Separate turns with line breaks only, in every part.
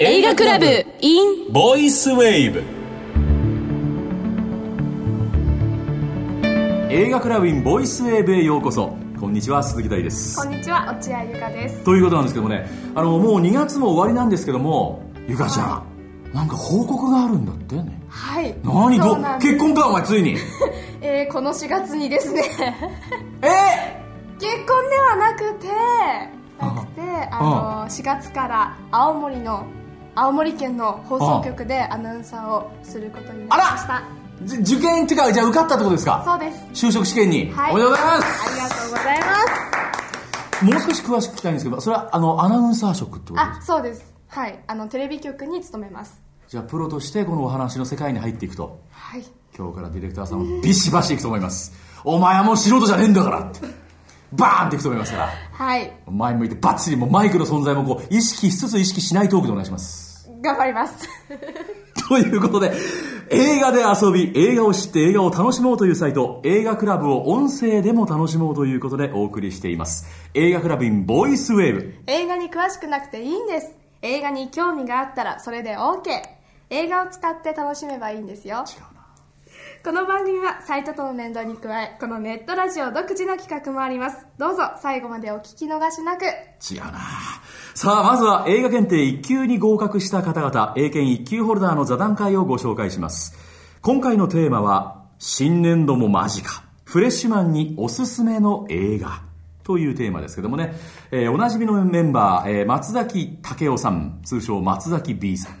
映画クラブ in
ボイスウェーブ映画クラブインボイスウェーブへようこそこんにちは鈴木大です
こんにちは、落合ゆかです。
ということなんですけどもねあのもう2月も終わりなんですけどもゆかちゃん、
は
なんか報告があるんだってね
はい。
何
そ
ど
うなんです
結婚かお前つ いに
えーこの4月にですね、
え
結婚ではなくて、なくて、
あ
あの、4月から青森の、青森県の放送局でアナウンサーをすることになりました。
ーじ受験っていうかじゃあ受かったってことですか
そうです。
就職試験に、
はい。
おめでとうございます
ありがとうございます。
もう少し詳しく聞きたいんですけどそれはあのアナウンサー職ってことです
あ、そうです。はい。あの、テレビ局に勤めます。
じゃあプロとしてこのお話の世界に入っていくと
はい。
今日からディレクターさんもビシバシいくと思いますお前はもう素人じゃねえんだからってバーンっていくと思いますから
はい。
前向いてバッチリもうマイクの存在もこう意識しつつ意識しないトークでお願いします
頑張ります。
ということで映画で遊び映画を知って映画を楽しもうというサイト映画クラブを音声でも楽しもうということでお送りしています映画クラブインボイスウェーブ
映画に詳しくなくていいんです映画に興味があったらそれで OK 映画を使って楽しめばいいんですよ
違うな
この番組はサイトとの連動に加えこのネットラジオ独自の企画もありますどうぞ最後までお聞き逃しなく
違うなさあまずは映画検定1級に合格した方々英検1級ホルダーの座談会をご紹介します今回のテーマは「新年度も間近フレッシュマンにおすすめの映画」というテーマですけどもね、えーおなじみのメンバー、えー松崎武夫さん通称松崎 B さん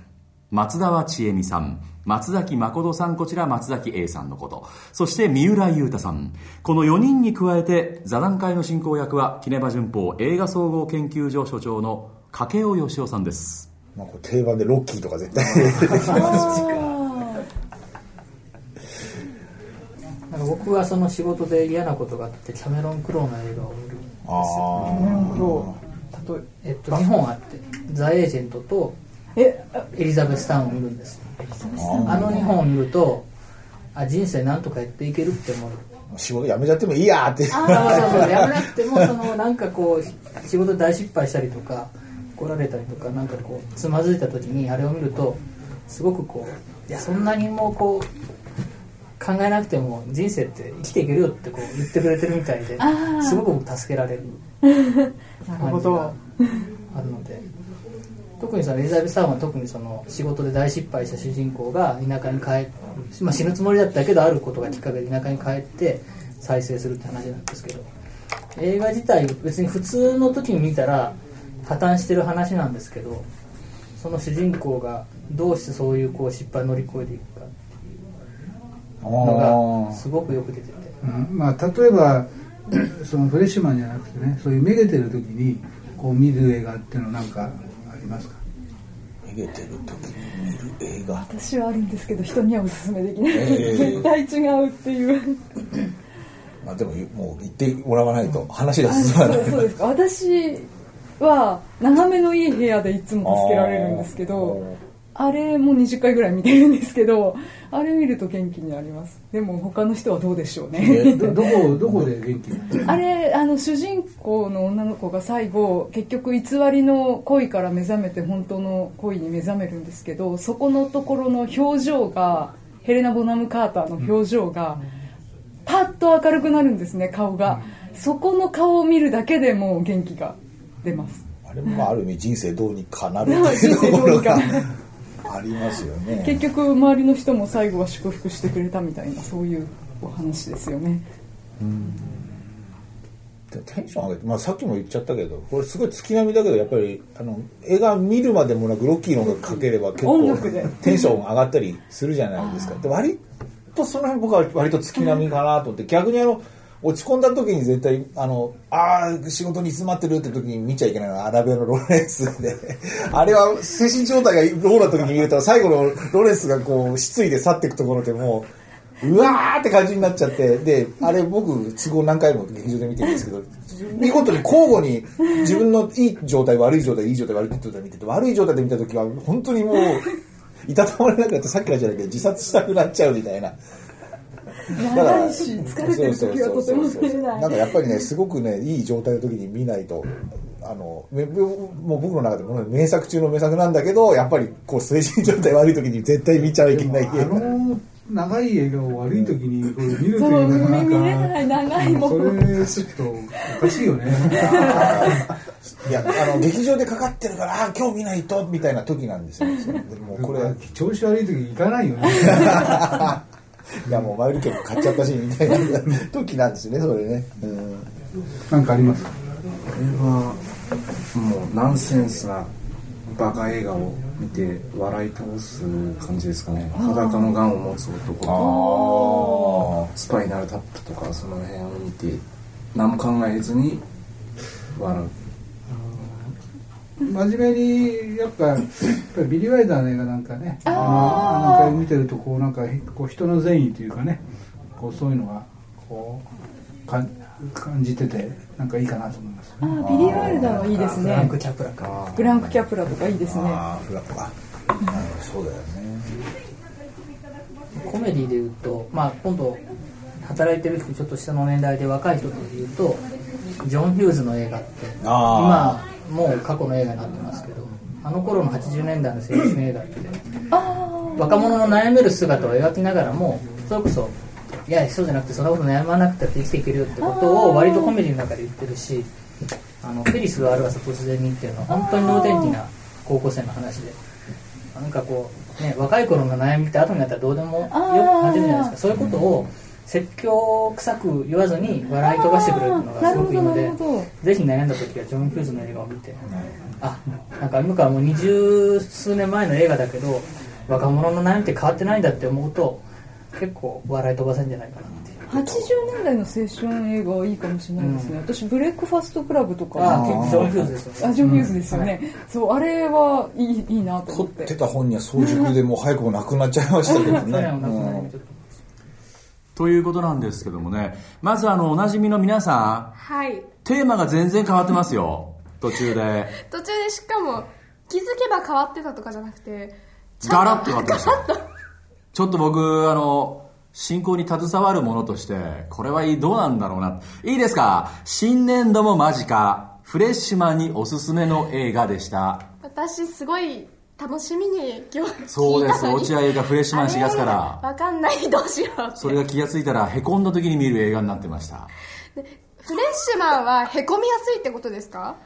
松田千恵美さん松崎誠さんこちら松崎 A さんのことそして三浦雄太さんこの4人に加えて座談会の進行役はキネバ旬報映画総合研究所所長の掛尾義雄さんです
まあ、これ定番でロッキーとか絶対
なんか僕はその仕事で嫌なことがあってキャメロン・クロウの映画を見るんですよ
あ
キャメロン・クロウ例ええっと2本あって「ザ・エージェント」と「エリザベス・タウン」を見るんですあの2本を見るとあ人生なんとかやっていけるって思う
仕事辞めちゃってもいいやーって
そうそうそうやめなくてもそのなんかこう仕事で大失敗したりとか怒られたりとかなんかこうつまずいた時にあれを見るとすごくこういやそんなにもうこう考えなくても人生って生きていけるよってこう言ってくれてるみたいですごく助けられる感じがあるので特にそのエリザベスさんは特にその仕事で大失敗した主人公が田舎に帰まあ、死ぬつもりだったけどあることがきっかけで田舎に帰って再生するって話なんですけど映画自体別に普通の時に見たら破綻してる話なんですけどその主人公がどうしてそういうこう失敗を乗り越えていくかっていうのがすごくよく出てて
うんまあ、例えば そのフレッシュマンじゃなくてねそういうめげてる時にこう見る映画っていうのなんかありますか
逃げてる時に見る映画
私はあるんですけど人にはおすすめできない、
ええ
絶対違うっていう
まあでももう言ってもらわないと話が進
そ
ま
う
ない
そうですか私は眺めのいい部屋でいつも助けられるんですけどあれも20回ぐらい見てるんですけどあれ見ると元気になりますでも他の人はどうでしょうね
ど どこどこで元気になる
あれあの主人公の女の子が最後結局偽りの恋から目覚めて本当の恋に目覚めるんですけどそこのところの表情がヘレナ・ボナム・カーターの表情が、パッと明るくなるんですね顔が、そこの顔を見るだけでもう元気が出ます
あれもまあある意味人生どうにかなるっ
まあ
てい
人
うと
生
こ
どう
ろ
にか
がありますよね
結局周りの人も最後は祝福してくれたみたいなそういうお話ですよね
でもテンション上げて、まあ、さっきも言っちゃったけどこれすごい月並みだけどやっぱりあの映画見るまでもなくロッキーの音楽かければ結
音
構
楽で
テンション上がったりするじゃないですかで割とその辺僕は割と月並みかなと思って逆にあの落ち込んだ時に絶対あのあー仕事に詰まってるって時に見ちゃいけないのはアラベアのローレンスで あれは精神状態がローな時に見ると最後のローレンスがこう失意で去っていくところでもう。うわーって感じになっちゃってであれ僕都合何回も劇場で見てるんですけど見事に交互に自分のいい状態悪い状態いい状態悪い状態見てて悪い状態で見た時は本当にもういたたまれなくなってさっきのじゃないけど自殺したくなっちゃうみたいな
長いし疲れてる時はとても見れ
そうそうそうそう
ない
なんかやっぱりねすごくねいい状態の時に見ないとあのめもう僕の中でもね名作中の名作なんだけどやっぱりこう精神状態悪い時に絶対見ちゃいけない
あ
映画
の長い映画を悪い時にこれ見ると
そ
いううのが
海見れ
な
なんい
か
長いも
そ
ん
れちょっとおかしいよね
いやあの劇場でかかってるからあー今日見ないとみたいな時なんですよそれでもうこれい
調子悪い時に行かないよね
やもうマイル券も買っちゃったしみたいな 時なんですねそれねうん
なんかありますか
これはもうナンセンスなバカ映画を見て笑い倒す感じですかね裸のガンを持つ男とかスパイナルタップとかその辺を見て何も考えずに笑う
真面目にやっぱやっぱりビリー・ワイダーの映画なんかねあなんか見てるとこうなんかこう人の善意というかねこうそういうのがこうかん感じててなんかいいかなと思います
あービリー・ワイルダーはいいです
ブラン
ね
ク・チャプラか
ブランク・キャプラとかいいですね
ああフラップかあのそうだよね
コメディで言うと、まあ、今度働いてる人ちょっと下の年代で若い人で言うとジョン・ヒューズの映画って
あ
今もう過去の映画になってますけどあの頃の80年代の青春映画って若者の悩める姿を描きながらもそれこそいやそうじゃなくてそんなこと悩まなくたって生きていけるよってことを割とコメディの中で言ってるしあのフェリスがある朝突然にっていうのは本当に同点期な高校生の話でなんかこう、ね、若い頃の悩みって後になったらどうでもよく感じるじゃないですかそういうことを説教臭く言わずに笑い飛ばしてくれるのが
な
す
る
ご
ほ
くいい
ど
の
な
で
るほど
ぜひ悩んだ時はジョン・ヒューズの映画を見てあなんか今からもう二十数年前の映画だけど若者の悩みって変わってないんだって思うと結構笑い飛ばせるんじゃないかなっていう
80年代の青春映画はいいかもしれないですね、私ブレックファストクラブと
あ
か
あジョン・ヒューズですよね
あジョン・ヒューズですよね、そうあれはいいいいなと
撮
思
っ
って
てた本には早熟でもう早くもなくなっちゃいましたけど
去
ね
年お亡くなり
う
に
ん
ちょっと
ということなんですけどもねまずあのおなじみの皆さん
はい
テーマが全然変わってますよ途中で
途中でしかも気づけば変わってたとかじゃなくて
ガラッと変わってました ちょっと僕あの進行に携わるものとしてこれはいいどうなんだろうないいですか新年度も間近フレッシュマンにおすすめの映画でした
私すごい楽しみに今日
そうです
聞いたのに
落合映画フレッシュマン4月から
あれわかんないどうしようって
それが気がついたらへこんだ時に見る映画になってました
フレッシュマンはへこみやすいってことですか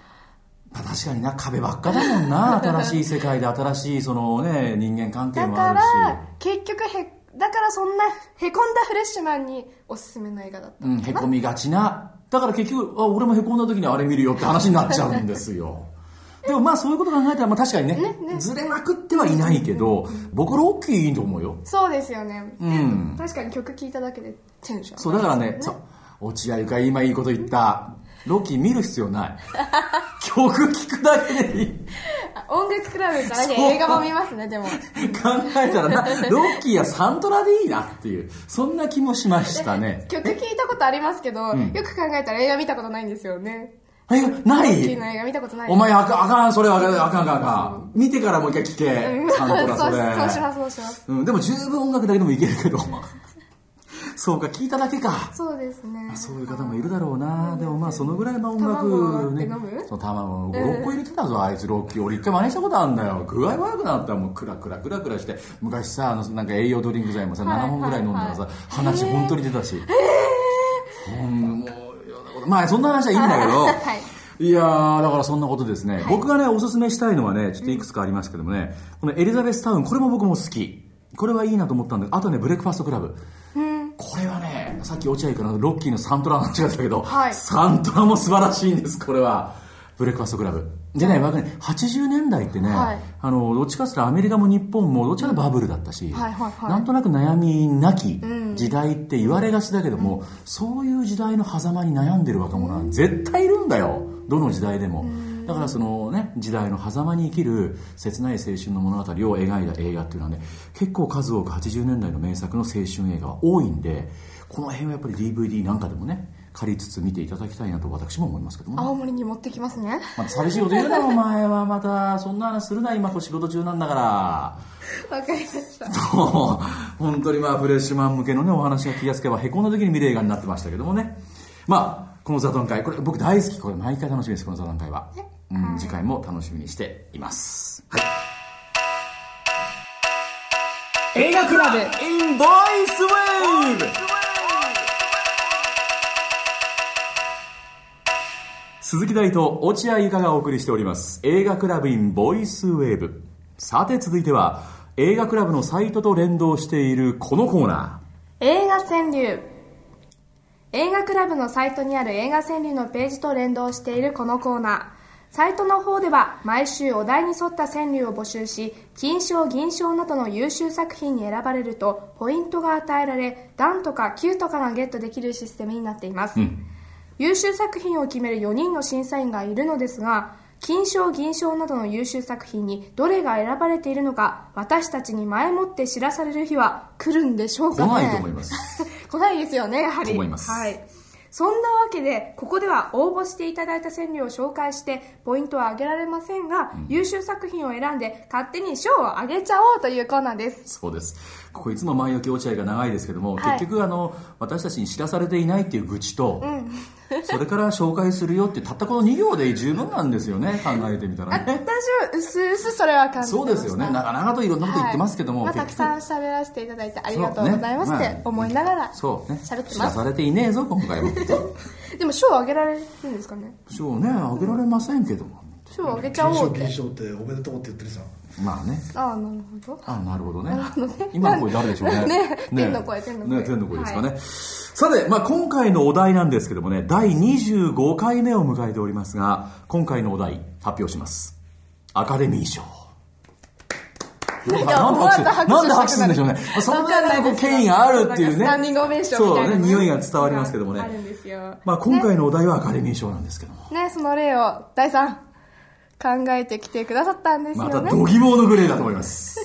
まあ確かにな壁ばっかだもんな新しい世界で新しいそのね人間関係
だ
もあ
か
るし
ら結局へだからそんなへこんだフレッシュマンにおすすめの映画だった
うん、へこみがちなだから結局あ俺もへこんだ時にあれ見るよって話になっちゃうんですよでもまあそういうこと考えたら、まあ、確かにねずれまくってはいないけど僕ロッキーいいと思うよ
そうですよね、
うん
確かに曲聴いただけでテンション
そうだからねそう落合ゆかり今いいこと言ったロッキー見る必要ない曲聴くだけでいい
あ音楽クラブか
そ
ら
う
ね映画も見ますねでも
考えたらなロッキーやサントラでいいなっていうそんな気もしましたね
曲聴いたことありますけど、よく考えたら映画見たことないんですよね
えな
ロッキ
い
ーの映画見たことない
お前あかんあかんそれはあかんあかんあかんあかん見てからもう一回聴
うん
けサントラそ
そう
れ
そうしますそうします
うん、でも十分音楽だけでもいけるけど そうか聞いただけか
そうですね
そういう方もいるだろうなでもまあそのぐらいの音
卵
楽
を
ね
割って飲む
その卵を56個入れてたぞあいつロッキー俺一回真似したことあるんだよ具合悪くなったらもうクラクラクラクラして昔さあのなんか栄養ドリンク剤もさ
はい
7本ぐらい飲んだらさ鼻血本当に出たしほんもう嫌なことまあそんな話はいいんだけど、
はい
いやー、だからそんなことですね。僕がね、おすすめしたいのはね、ちょっといくつかありますけどもね、このエリザベスタウン、これも僕も好き。これはいいなと思ったんだけど、あとね、ブレックファストクラブ。これはね、さっき落合からロッキーのサントラの話があったけど、
はい
サントラも素晴らしいんです、これは。ブレックファストクラブ。でね、僕ね、80年代ってね、
はい
あの、どっちかっていうとアメリカも日本も、どっちかというとバブルだったし、
はいはいはい
なんとなく悩みなき時代って言われがちだけども、そういう時代の狭間に悩んでる若者は絶対いるんだよどの時代でも、だからそのね時代の狭間に生きる切ない青春の物語を描いた映画っていうのはね結構数多く80年代の名作の青春映画は多いんでこの辺はやっぱり DVD なんかでもね借りつつ見ていただきたいなと私も思いますけどもね、
青森に持ってきますね
また寂しいこと言うなお前はまたそんな話するな今こう仕事中なんだから
わかりました
と本当にまあフレッシュマン向けのねお話が気がつけばへこんだ時に見る映画になってましたけどもねまあこの座談会これ僕大好きこれ毎回楽しみですこの座談会は、うん、次回も楽しみにしています、はい、映画クラブ in ボイスウェーブ鈴木大と落合由香がお送りしております映画クラブ in ボイスウェーブさて続いては映画クラブのサイトと連動しているこのコーナ
映画川柳映画クラブのサイトにある映画川柳のページと連動しているこのコーナーサイトの方では毎週お題に沿った川柳を募集し金賞銀賞などの優秀作品に選ばれるとポイントが与えられ段とか9とかがゲットできるシステムになっています、優秀作品を決める4人の審査員がいるのですが金賞銀賞などの優秀作品にどれが選ばれているのか私たちに前もって知らされる日は来るんでしょう
ー
かね
来ないと思います
来ないですよねやはり
と思います
はい、そんなわけでここでは応募していただいた川柳を紹介してポイントは上げられませんが、優秀作品を選んで勝手に賞をあげちゃおうというコーナーです
そうです。ここいつも前置き落合が長いですけども、
はい
結局あの私たちに知らされていないっていう愚痴と、それから紹介するよってたったこの2行で十分なんですよね考えてみた
あ
ら
私
ね。
はうすうすそれは感じて
そ
ま
う
した
ですよね。長々といろんなこと言ってますけども、
はいまあ、たく
結局
さん喋らせていただいてありがとうございますっ
そうね
て
まあ
思いながら
そうね。
喋って
知
ま
ら
す、
されていねえぞ今回も。
でも賞をあげられるんですかね
そうねあげられませんけども。
賞をあげちゃ
金
お
賞
うって
金賞っておめでとうって言ってるじゃん
まあね。
ああなるほど
あなるほどね今の声誰でしょうね
ね天の声天の声
ね天の声ですかね、さて、まあ、今回のお題なんですけどもね第25回目を迎えておりますが今回のお題発表しますアカデミー賞なんで
思わず拍手
なんで拍手するんでしょうね。まあそのぐらいのこう権威があるっていうね。
わかんないですけどなんかスタンディングオベーションみたいな
そうね、匂いが伝わりますけども
あるん
ね。
ですよ
まあ今回のお題はアカデミー賞なんですけども。
ね、その例を第3考えてきてくださったんですよ
ま
ね。
た度肝のグレーだと思い ます。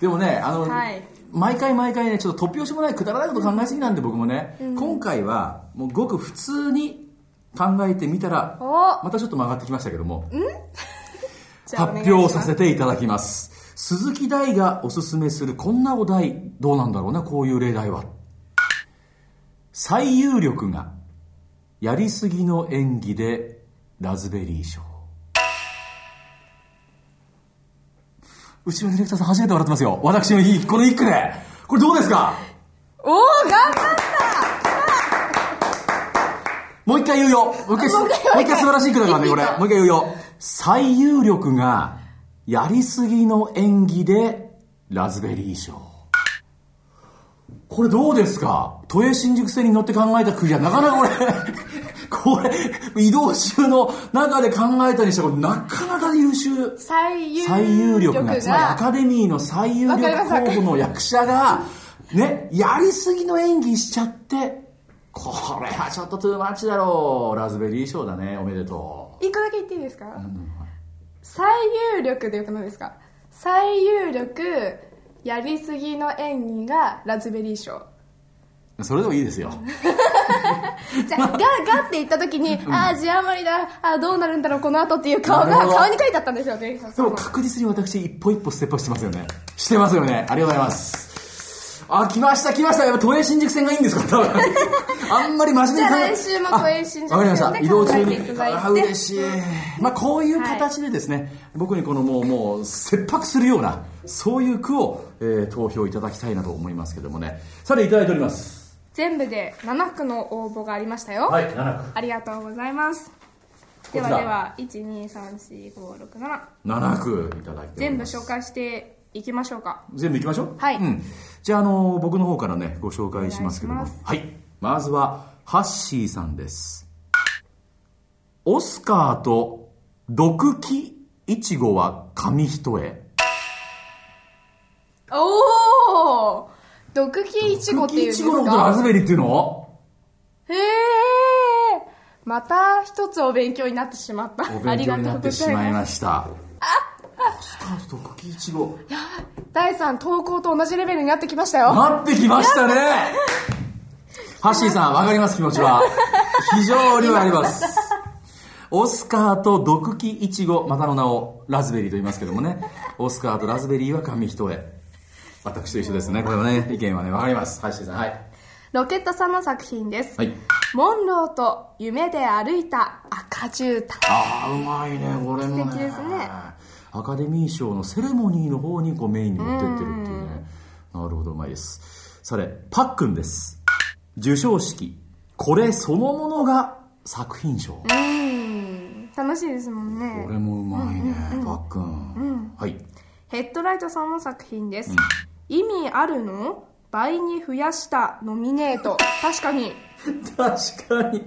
でもね、あの、
はい
毎回毎回ね、ちょっと突拍子もないくだらないこと考えすぎなんで僕もね、今回はもうごく普通に考えてみたら、
お
またちょっと曲がってきましたけども、
じゃあお願い
発
しま
表
す
させていただきます。鈴木大がおすすめするこんなお題、どうなんだろうな、こういう例題は。最有力が、やりすぎの演技でラズベリー賞。うちのディレクターさん初めて笑ってますよ。私のいいこの一句で。これどうですか
おお頑張っ
もう一回言うよ。もう一回、もう一回素晴らしい句だからね、これ。もう一回言うよ。最有力が、やりすぎの演技で、ラズベリー賞。これどうですか都営新宿線に乗って考えた句じゃ、なかなかこれ、こ れ、移動中の中で考えたりしたこれ、なかなか優秀。
最有
最有力が、つまりア
が
カデミーの最有力候補の役者が、ね、やりすぎの演技しちゃって、これはちょっとトゥーマッチだろう。ラズベリー賞だね、おめでと
一個だけ言っていいですか最有力で言うと何ですか最有力やりすぎの演技がラズベリー賞
う。それでもいいですよ。
じゃあガガって言った時に、ああ字余りだああどうなるんだろうこの後っていう顔が
なるほど
顔に書いてあったんですよね
でも確実に私、一歩一歩ステップアップしてますよね。してますよね。ありがとうございます。あ、来ました、来ました。やっぱ都営新宿線がいいんですか 多分あんまり真面目に考え
じゃあ来週も都営新宿線で
あわかりました。移動中
考えてい
に。
ただいて
あ、嬉しい。まあ、こういう形でですね、僕にこのもう、もう、切迫するような、そういう句を、えー投票いただきたいなと思いますけどもね。さて、いただいております。
全部で7句の応募がありましたよ
はい、7句。
ありがとうございます。では
こちら
では、1、2、3、4、5、6、7。
7句いただいており
全部
ます。
紹介していきましょうか。
全部いきましょう
はい
うん、じゃあ、あの僕の方からねご紹介しますけど
お
も
願いし
はいまずはハッシーさんですオスカーと毒気いちごは紙一重
おー毒気いちごっていうん
い
で
ち
す
ごのことラズ
か
ベリーっていうの
へーまた一つお勉強になってしまった。
お
あ
勉
り
強
が
に
と
なっ
うご
てし
ざい
まい
ます。
ましたオスカーと毒気いちご
第3投稿と同じレベルになってきましたよ。
なってきましたねハッシーさんわかります気持ちは非常にわかりますオスカーと毒気いちごまたの名をラズベリーと言いますけどもねオスカーとラズベリーは紙一重私と一緒ですねこれはね意見はねわかりますハッシーさんはい
ロケットさんの作品です。
はい
モンローと夢で歩いた赤絨毯
ああうまいねこれもね
素敵ですね
アカデミー賞のセレモニーの方にこうメインに持ってってるっていうねなるほどうまいですそれパックンです授賞式これそのものが作品賞こ
うん楽しいですもんね
れもうまいねパックンはい
ヘッドライトさんの作品です、意味あるの倍に増やしたノミネート確かに
確かに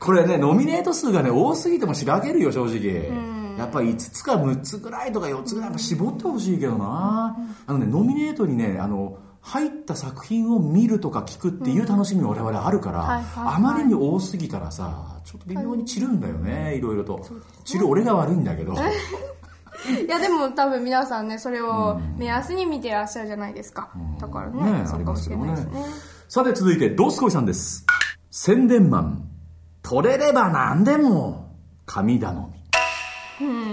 これねノミネート数がね多すぎてもしらけるよ正直やっぱ5つか6つぐらいとか4つぐらいやっぱ絞ってほしいけどなあのねノミネートにねあの入った作品を見るとか聞くっていう楽しみが我々あるから、
はいはいはい
あまりに多すぎたらさちょっと微妙に散るんだよね、い、ろいろと、散る俺が悪いんだけ ど
いやでも多分皆さんねそれを目安に見てらっしゃるじゃないですか、だからね
ね
そうかもしれないですね
ありさて続いてドスコイさんです宣伝マン取れれば何でも神頼み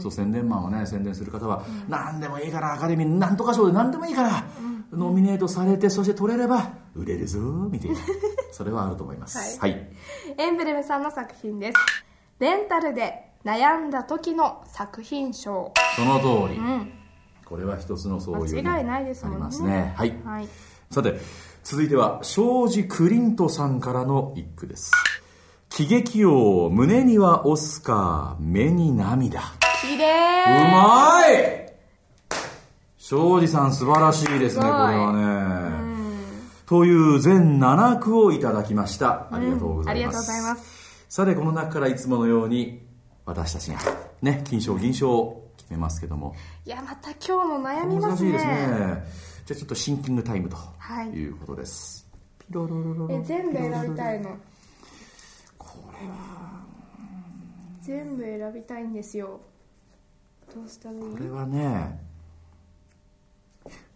そう宣伝マンをね宣伝する方は、何でもいいからアカデミーなんとか賞で何でもいいから、ノミネートされてそして取れれば売れるぞみた いなそれはあると思いますはい、
エンブレムさんの作品ですレンタルで悩んだ時の作品賞
その通り、これは一つのそういうね、
間違いないですも
あ
んね
りますねはい、
はい
さて続いては庄司クリントさんからの一句です喜劇王胸にはオスカー目に涙
綺
う
麗
まい庄司さん素晴らしいですね
すご
こ
い
れはねという全7句をいただきましたありがとうございます、
ありがとうございます
さてこの中からいつものように私たちがね金賞銀賞を決めますけども
いやまた今日も悩みま
難
す
しい
ね
ですねじゃあちょっとシンキングタイムと
はい
いうことです、
え全部選びたいのこれは全部選びたいんですよどうしたらいい
これはね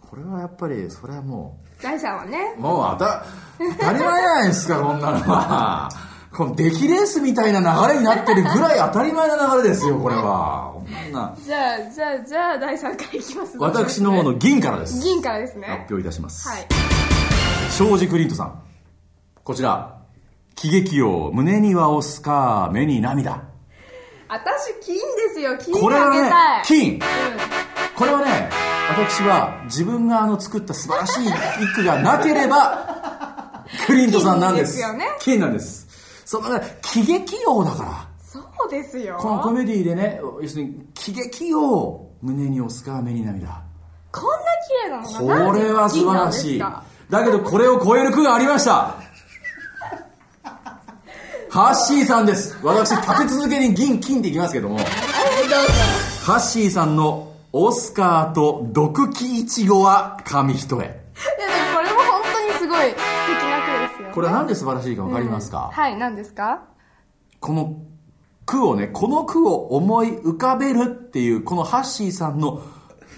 これはやっぱりそれはも
第3はね
うもう当た当たり前じゃないですかこんなのはこの出来レースみたいな流れになってるぐらい当たり前な流れですよこれはこんな
じゃあじゃあじゃあ第3回いきます
私の方の銀からです
銀からですね
発表いたします、
はい
庄司クリントさんこちら喜劇王胸にはオスカー目に涙
私金ですよ金
これ
あ
は
げ
ね
たい
金
うん
これはね私は自分があの作った素晴らしい一句がなければ クリントさんなんです
金ですよね
金なんですその喜劇王だから
そうですよ
このコメディでね要するに喜劇王胸にオスカー目に涙
こんな綺麗なの
こ
がなんで
れは素晴らし
銀
い
なんですか
だけどこれを超える句がありましたハッシーさんです私立て続けに銀金っていきますけどもハッシーさんのオスカーと毒気イチゴは紙一重
いやでもこれも本当にすごい素敵な句ですよね
これはなんで素晴らしいかわかりますか、
はい何ですか
この句をねこの句を思い浮かべるっていうこのハッシーさんの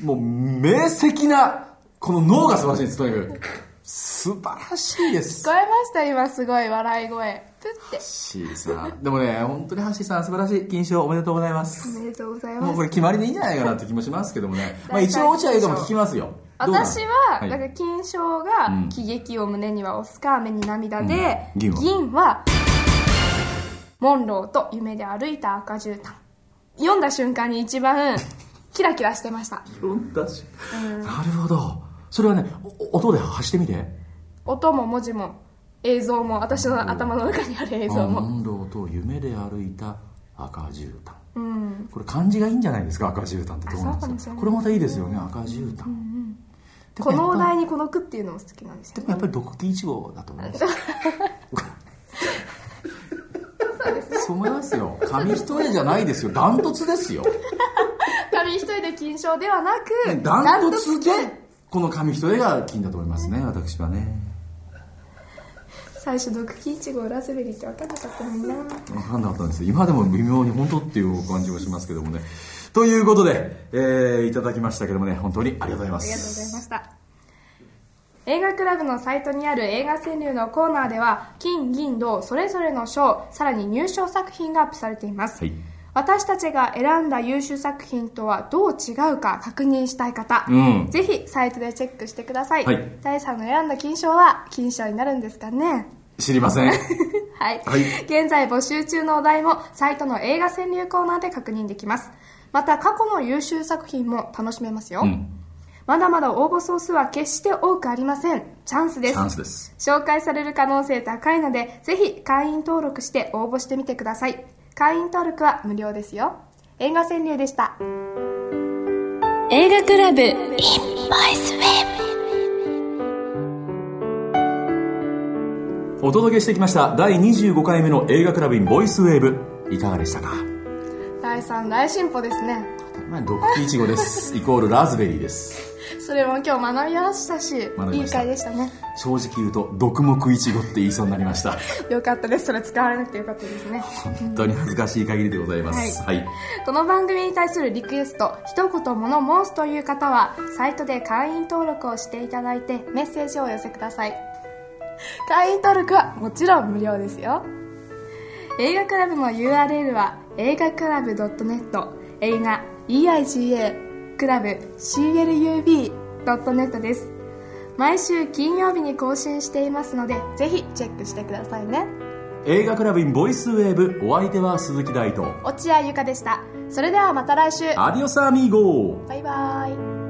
もう明晰なこの脳が素晴らしいんですとにかく素晴らしいです
聞こえました今すごい笑い声プって
シーさん。でもね、本当にハッシーさん素晴らしい金賞おめでとうございま
お
す。
めでとうござい
もう
ま
こ
す
れ決まりでいいんじゃないかなって気もしますけども ね。まあ
大体
一応落合映画も聞きますよ。どうなの
私は、
い
だから金賞が
ん
喜劇を胸にはオスカー目に涙で、
うん銀は
銀はモンローと夢で歩いた赤絨毯読んだ瞬間に一番キラキラしてました
なるほど。それはね、お音で発してみて。
音も文字も映像も私の頭の中にある映像も
安藤と夢で歩いた赤絨毯。これ漢字がいいんじゃないですか赤絨毯ってどうなん
あそうかも
で
し
すか
れない
これまたいいですよね赤絨毯、でもやっ
こ
ぱ
のお題にこの句っていうのも好きなんです
で
よ
もやっぱり毒気イチゴだと思いますよそう思いますよ紙一重じゃないですよダントツですよ
紙一重で金賞ではなく
ダントツでこの紙一重が金だと思いますね私はね
最初毒キイチゴラズベリーって分かんなかったもんな
分かんなかったんですけど今でも微妙に本当っていう感じはしますけどもねということで、えーいただきましたけどもね本当にありがとうございま
ありがとうご
す
ざいました映画クラブのサイトにある映画川柳のコーナーでは金銀銅それぞれの賞さらに入賞作品がアップされています、
はい
私たちが選んだ優秀作品とはどう違うか確認したい方、
うん
ぜひサイトでチェックしてください、
はい
第3の選んだ金賞は金賞になるんですかね
知りません。
はい、
はい
現在募集中のお題もサイトの映画川柳コーナーで確認できますまた過去の優秀作品も楽しめますよ、
うん
まだまだ応募総数は決して多くありませんチャンスで
チ
す
ャンスです。
紹介される可能性高いのでぜひ会員登録して応募してみてください会員登録は無料ですよ映画川柳でした
映画クラブ
お届けしてきました第25回目の映画クラブインボイスウェーブ。いかがでしたか
第3大進歩ですね
まあ、ドッキーイチゴです。イコールラズベリーです。
それも今日学びましたし
学び
い
ま
い
した
回でしたね
正直言うと、毒目イチゴって言いそうになりました。
よかったですそれ使われなくてよかったですね
本当に恥ずかしい限りでございます。はい。
この番組に対するリクエスト一言物申すという方はサイトで会員登録をしていただいてメッセージをお寄せください会員登録はもちろん無料ですよ映画クラブの URL は映画クラブ .net 映画 EIGA クラブ CLUB.net です毎週金曜日に更新していますのでぜひチェックしてくださいね
映画クラブインボイスウェーブ、お相手は鈴木大と。
落合ゆかでしたそれではまた来週
アディオスアミーゴー
バイバイ